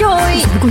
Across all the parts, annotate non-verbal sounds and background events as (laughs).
còn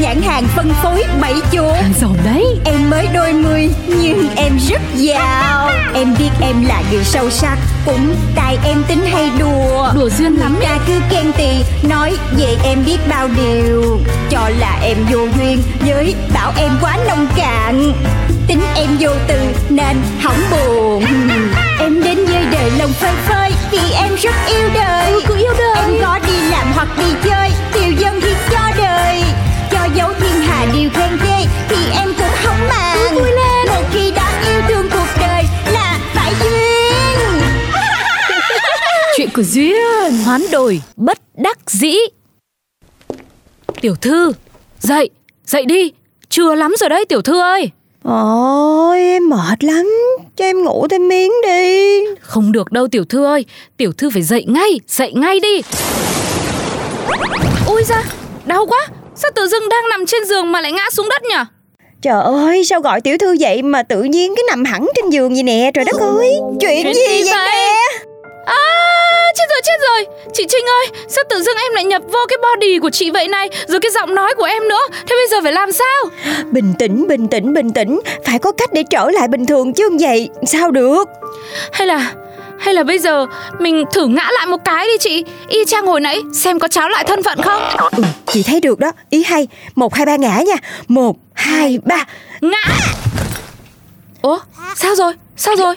nhãn hàng phân phối bảy chỗ Hàng giàu đấy Em mới đôi mươi nhưng em rất giàu Em biết em là người sâu sắc Cũng tại em tính hay đùa Đùa duyên lắm Ra cứ khen tì Nói về em biết bao điều Cho là em vô duyên Với bảo em quá nông cạn Tính em vô từ nên hỏng buồn (laughs) Em đến với đời lòng phơi phới Vì em rất yêu đời cứ Ừ, yêu đời. Em có đi làm hoặc đi chơi Điều dân thì cho đời Cho dấu thiên hà điều khen ghê Thì em cũng không màng vui lên. Một khi đã yêu thương cuộc đời Là phải duyên Chuyện của duyên hoán đổi bất đắc dĩ tiểu thư dậy dậy đi trưa lắm rồi đấy tiểu thư ơi Ôi em mệt lắm Cho em ngủ thêm miếng đi không được đâu tiểu thư ơi tiểu thư phải dậy ngay dậy ngay đi ôi da đau quá sao tự dưng đang nằm trên giường mà lại ngã xuống đất nhở Trời ơi sao gọi tiểu thư vậy Mà tự nhiên cứ nằm hẳn trên giường vậy nè Trời đất ơi Chuyện, Chuyện gì, gì vậy vậy? nè à chết rồi chết rồi chị trinh ơi sao tự dưng em lại nhập vô cái body của chị vậy này rồi cái giọng nói của em nữa thế bây giờ phải làm sao Bình tĩnh bình tĩnh bình tĩnh Phải có cách để trở lại bình thường chứ không vậy Sao được Hay là hay là bây giờ mình thử ngã lại một cái đi chị Y chang hồi nãy xem có cháo lại thân phận không ừ, Chị thấy được đó Ý hay một hai ba ngã nha một hai ba Ngã Ủa sao rồi sao rồi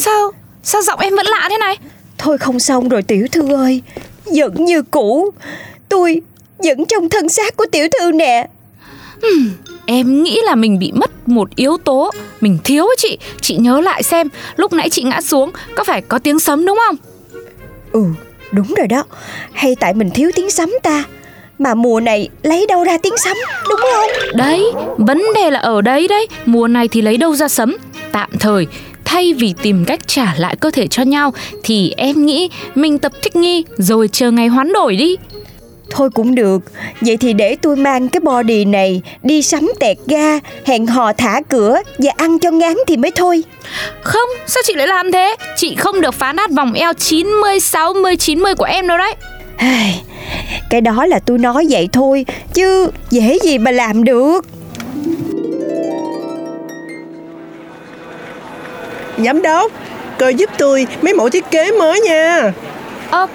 Sao sao giọng em vẫn lạ thế này Thôi không xong rồi tiểu thư ơi Vẫn như cũ Tôi vẫn trong thân xác của tiểu thư nè Em nghĩ là mình bị mất một yếu tố Mình thiếu ấy chị Chị nhớ lại xem lúc nãy chị ngã xuống Có phải có tiếng sấm đúng không Ừ, đúng rồi đó. Hay tại mình thiếu tiếng sấm ta? Mà mùa này lấy đâu ra tiếng sấm, đúng không? Đấy, vấn đề là ở đấy đấy Mùa này thì lấy đâu ra sấm Tạm thời, thay vì tìm cách trả lại cơ thể cho nhau Thì em nghĩ mình tập thích nghi Rồi chờ ngày hoán đổi đi Thôi cũng được, vậy thì để tôi mang cái body này đi sắm tẹt ga, hẹn hò thả cửa và ăn cho ngán thì mới thôi. Không, sao chị lại làm thế Chị không được phá nát vòng eo 90, 60, 90 của em đâu đấy Ai, Cái đó là tôi nói vậy thôi, chứ dễ gì mà làm được. Giám đốc, coi giúp tôi mấy mẫu thiết kế mới nha Ok,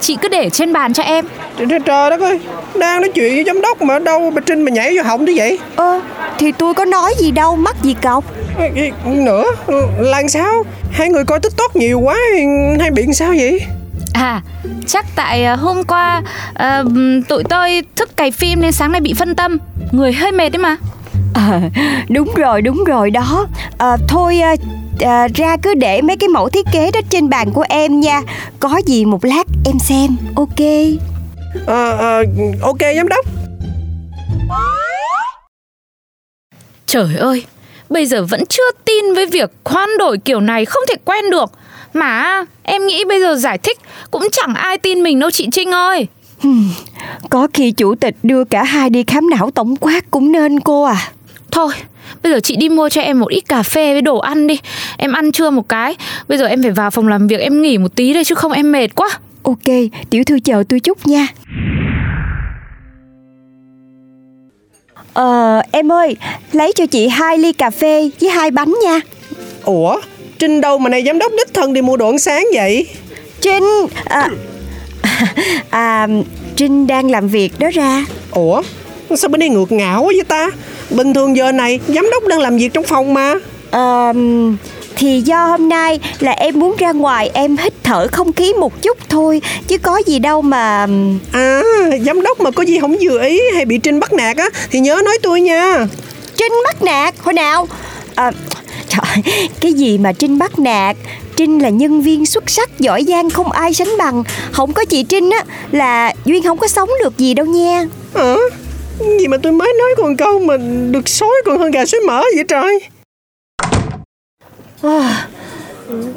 chị cứ để trên bàn cho em Trời, trời, trời đất ơi, đang nói chuyện với giám đốc mà đâu bà Trinh mà nhảy vô họng thế vậy Ơ, thì tôi có nói gì đâu, mắc gì cọc. Ê, ê, Nữa, làm sao? Hai người coi tiktok nhiều quá, hay bị làm sao vậy? À, chắc tại ờ, hôm qua ờ, Tụi tôi thức cày phim nên sáng nay bị phân tâm Người hơi mệt đấy mà Ờ, đúng rồi, đúng rồi đó. Ờ, thôi ờ, ờ, ra cứ để mấy cái mẫu thiết kế đó trên bàn của em nha. Có gì một lát em xem. Ok. Ờ, ờ, ok giám đốc Trời ơi, bây giờ vẫn chưa tin với việc khoan đổi kiểu này không thể quen được. Mà em nghĩ bây giờ giải thích cũng chẳng ai tin mình đâu chị Trinh ơi. Có khi chủ tịch đưa cả hai đi khám não tổng quát cũng nên cô à. Thôi, bây giờ chị đi mua cho em một ít cà phê với đồ ăn đi. Em ăn trưa một cái, bây giờ em phải vào phòng làm việc em nghỉ một tí đây chứ không em mệt quá. Ok, tiểu thư chờ tôi chút nha. Ờ, em ơi, lấy cho chị hai ly cà phê với hai bánh nha. Ủa, Trinh đâu mà nay giám đốc đích thân đi mua đồ ăn sáng vậy? Trinh, à, (laughs) à, Trinh đang làm việc đó ra. Ủa, sao bên đây ngược ngảo quá vậy ta? Bình thường giờ này giám đốc đang làm việc trong phòng mà Ờm, thì do hôm nay là em muốn ra ngoài em hít thở không khí một chút thôi chứ có gì đâu mà À, giám đốc mà có gì không vừa ý hay bị Trinh bắt nạt á Thì nhớ nói tôi nha Trinh bắt nạt hồi nào à, trời cái gì mà Trinh bắt nạt Trinh là nhân viên xuất sắc giỏi giang không ai sánh bằng không có chị Trinh á là duyên không có sống được gì đâu nha Hả? Gì mà tôi mới nói còn câu mà được sói còn hơn gà sói mỡ vậy trời À,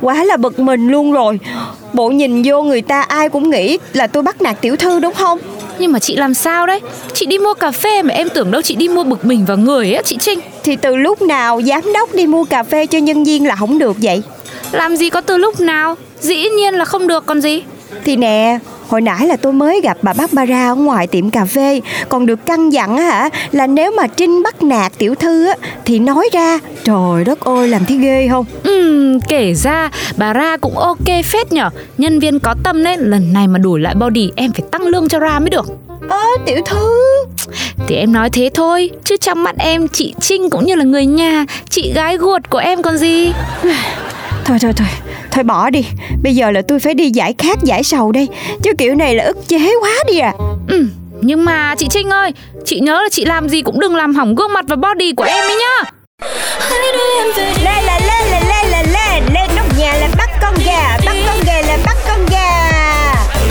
Quá là bực mình luôn rồi Bộ nhìn vô người ta ai cũng nghĩ là tôi bắt nạt tiểu thư đúng không Nhưng mà chị làm sao đấy Chị đi mua cà phê mà em tưởng đâu chị đi mua bực mình vào người á chị Trinh Thì từ lúc nào giám đốc đi mua cà phê cho nhân viên là không được vậy Làm gì có từ lúc nào Dĩ nhiên là không được còn gì Thì nè, hồi nãy là tôi mới gặp bà Barbara ở ngoài tiệm cà phê Còn được căn dặn á hả là nếu mà Trinh bắt nạt tiểu thư á Thì nói ra, trời đất ơi làm thấy ghê không Ừm, kể ra bà Ra cũng ok phết nhở Nhân viên có tâm đấy Lần này mà đổi lại body em phải tăng lương cho Ra mới được Ơ tiểu thư Thì em nói thế thôi Chứ trong mắt em chị Trinh cũng như là người nhà Chị gái ruột của em còn gì Thôi thôi thôi, thôi bỏ đi Bây giờ là tôi phải đi giải khát giải sầu đây Chứ kiểu này là ức chế quá đi à Ừm, nhưng mà chị Trinh ơi Chị nhớ là chị làm gì cũng đừng làm hỏng gương mặt và body của em ấy nhá Lê là lê là lê là lê Lê nóc nhà là bắt con gà Bắt con gà là bắt con gà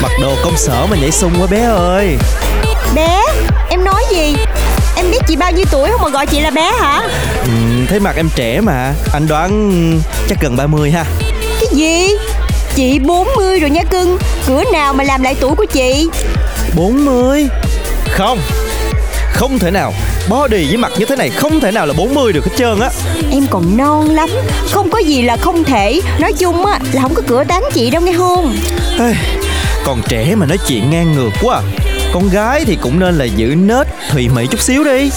Mặc đồ công sở mà nhảy sung quá bé ơi Bé, em nói gì Em biết chị bao nhiêu tuổi không mà gọi chị là bé hả ừ, Thấy mặt em trẻ mà Anh đoán chắc gần 30 ha Cái gì Chị 40 rồi nha cưng Cửa nào mà làm lại tuổi của chị 40 Không Không thể nào Body với mặt như thế này không thể nào là 40 được hết trơn á Em còn non lắm Không có gì là không thể Nói chung á là không có cửa tán chị đâu nghe không Ê, Còn trẻ mà nói chuyện ngang ngược quá à. Con gái thì cũng nên là giữ nết thùy mị chút xíu đi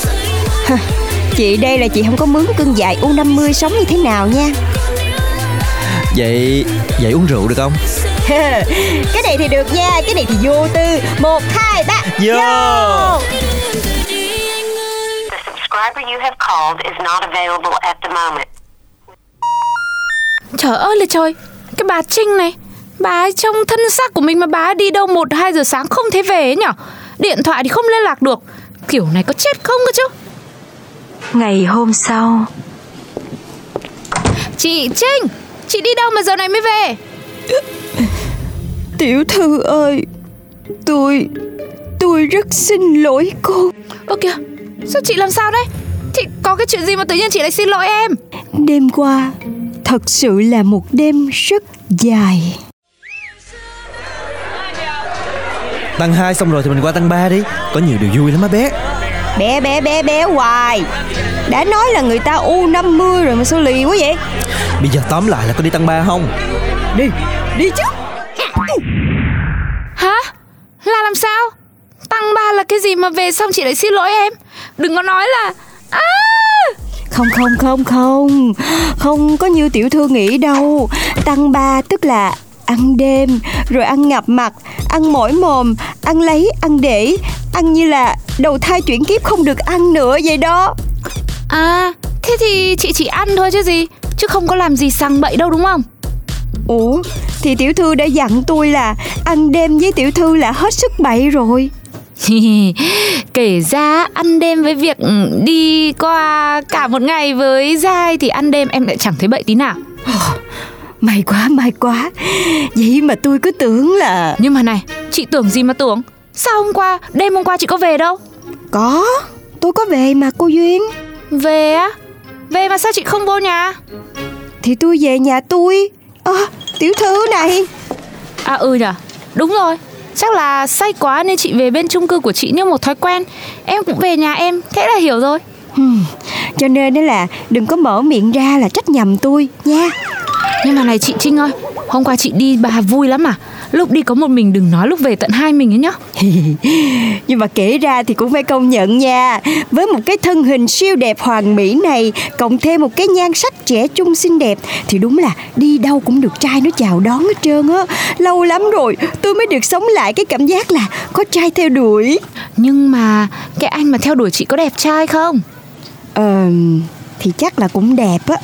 Chị đây là chị không có mướn cưng dại U50 sống như thế nào nha (laughs) Vậy vậy uống rượu được không? Cái này thì được nha Cái này thì vô tư Một, hai, ba Vô! The subscriber you have called is not available at the moment. Trời ơi là trời Cái bà Trinh này Bà ấy trông thân xác của mình mà bà ấy đi đâu 1-2 giờ sáng không thấy về ấy nhở Điện thoại thì không liên lạc được Kiểu này có chết không cơ chứ Ngày hôm sau Chị Trinh Chị đi đâu mà giờ này mới về Tiểu thư ơi Tôi Tôi rất xin lỗi cô Ơ kìa Sao chị làm sao đấy Chị có cái chuyện gì mà tự nhiên chị lại xin lỗi em Đêm qua Thật sự là một đêm rất dài Tăng 2 xong rồi thì mình qua tăng 3 đi Có nhiều điều vui lắm á bé Bé bé bé bé hoài Đã nói là người ta U50 rồi mà sao lì quá vậy Bây giờ tóm lại là có đi tăng 3 không? Đi Đi chứ Hả Là làm sao Tăng ba là cái gì mà về xong chị lại xin lỗi em Đừng có nói là À Không không không không Không có như tiểu thư nghĩ đâu Tăng ba tức là ăn đêm Rồi ăn ngập mặt Ăn mỏi mồm Ăn lấy ăn để Ăn như là đầu thai chuyển kiếp không được ăn nữa vậy đó À Thế thì chị chỉ ăn thôi chứ gì Chứ không có làm gì sang bậy đâu đúng không (laughs) Ủa thì tiểu thư đã dặn tôi là Ăn đêm với tiểu thư là hết sức bậy rồi Kể ra ăn đêm với việc ừ, đi qua cả một ngày với dai thì ăn đêm em lại chẳng thấy bậy tí nào. May quá may quá Vậy mà tôi cứ tưởng là Nhưng mà này, chị tưởng gì mà tưởng? Sao hôm qua, đêm hôm qua chị có về đâu? Có Tôi có về mà cô Duyên Về á? Về mà sao chị không vô nhà? Thì tôi về nhà tôi Ơ tiểu thư này À ừ nhở, đúng rồi. Chắc là say quá nên chị về bên chung cư của chị như một thói quen. Em cũng về nhà em, thế là hiểu rồi. Hmm, Cho nên đó là đừng có mở miệng ra là trách nhầm tôi nha (laughs) Nhưng mà này chị Trinh ơi, hôm qua chị đi bà vui lắm à? Lúc đi có một mình đừng nói lúc về tận hai mình ấy nhá. Nhưng mà kể ra thì cũng phải công nhận nha Với một cái thân hình siêu đẹp hoàn mỹ này Cộng thêm một cái nhan sắc trẻ trung xinh đẹp Thì đúng là đi đâu cũng được trai nó chào đón hết trơn á Lâu lắm rồi tôi mới được sống lại cái cảm giác là có trai theo đuổi Nhưng mà cái anh mà theo đuổi chị có đẹp trai không? Ờ thì chắc là cũng đẹp á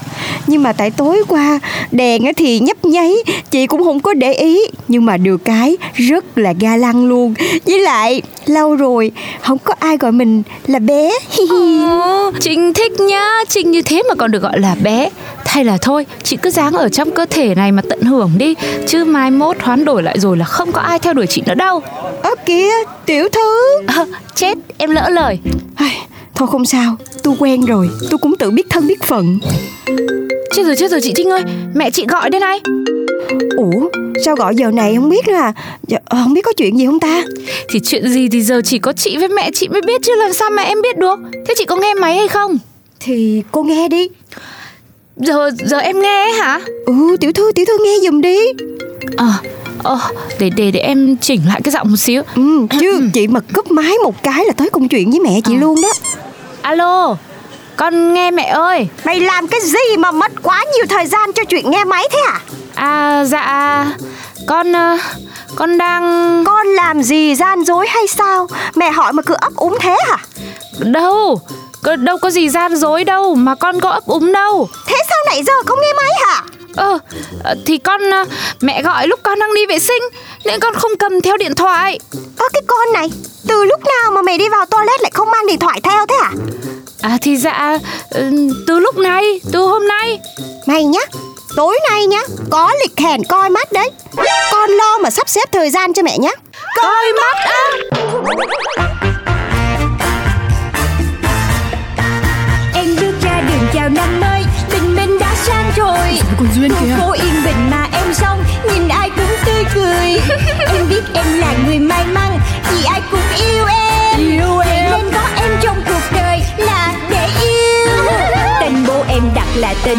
Nhưng mà tại tối qua Đèn á thì nhấp nháy Chị cũng không có để ý Nhưng mà được cái rất là ga lăng luôn Với lại lâu rồi Không có ai gọi mình là bé Hi hi. Ồ, Ừ, Trinh thích nhá, Trinh như thế mà còn được gọi là bé Hay là thôi, chị cứ dáng ở trong cơ thể này mà tận hưởng đi Chứ mai mốt hoán đổi lại rồi là không có ai theo đuổi chị nữa đâu Ơ kìa tiểu thư Ờ, Chết, em lỡ lời Ai, Thôi không sao Tôi quen rồi Tôi cũng tự biết thân biết phận Chết rồi chết rồi chị Trinh ơi Mẹ chị gọi đây này Ủa sao gọi giờ này không biết nữa à Dạ, ờ, Không biết có chuyện gì không ta Thì chuyện gì thì giờ chỉ có chị với mẹ chị mới biết Chứ làm sao mà em biết được Thế chị có nghe máy hay không Thì cô nghe đi Giờ giờ em nghe ấy hả Ừ tiểu thư tiểu thư nghe giùm đi Ờ Ờ, để để để em chỉnh lại cái giọng một xíu. ừ, Chứ chị mà cúp máy một cái là tới công chuyện với mẹ À. chị luôn đó Alo, con nghe mẹ ơi. Mày làm cái gì mà mất quá nhiều thời gian cho chuyện nghe máy thế à? À dạ con ờ, con Ừ. đang Con làm gì gian dối hay sao? Mẹ hỏi mà cứ ấp úng thế hả? đâu? Có- Đâu có gì gian dối đâu mà con có ấp úng đâu. Thế sao nãy giờ không nghe máy hả? Ờ ờ, thì con ờ, mẹ gọi lúc con đang đi vệ sinh nên con không cầm theo điện thoại. Ơ cái con này, từ lúc nào mà mày đi vào toilet lại không mang điện thoại theo thế hả? À thì dạ ừ, từ lúc này, từ hôm nay. Mày nhá, tối nay nhá, có lịch hẹn coi mắt đấy. Con lo mà sắp xếp thời gian cho mẹ nhá. Coi mắt á. Em bước ra đường chào năm mới, tình mình đã sang rồi. Còn Duyên Khu kìa phố yên bình mà em xong Nhìn ai cũng tươi (laughs) cười Em biết em là người may mắn Vì ai cũng yêu em Yêu em Nên có em trong cuộc đời Là để (laughs) yêu Tên bố em đặt là tên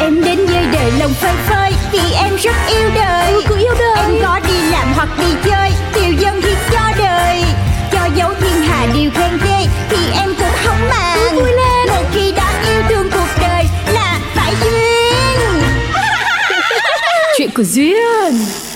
Em đến với đời lòng phơi phới Vì em rất yêu đời Cứ yêu đời Em có đi làm hoặc đi chơi Tiêu dân thì cho đời Cho dấu thiên hà điều khen ghê Thì em cũng không màng vui lên Một khi đã yêu thương cuộc đời Là phải duyên Chuyện của Duyên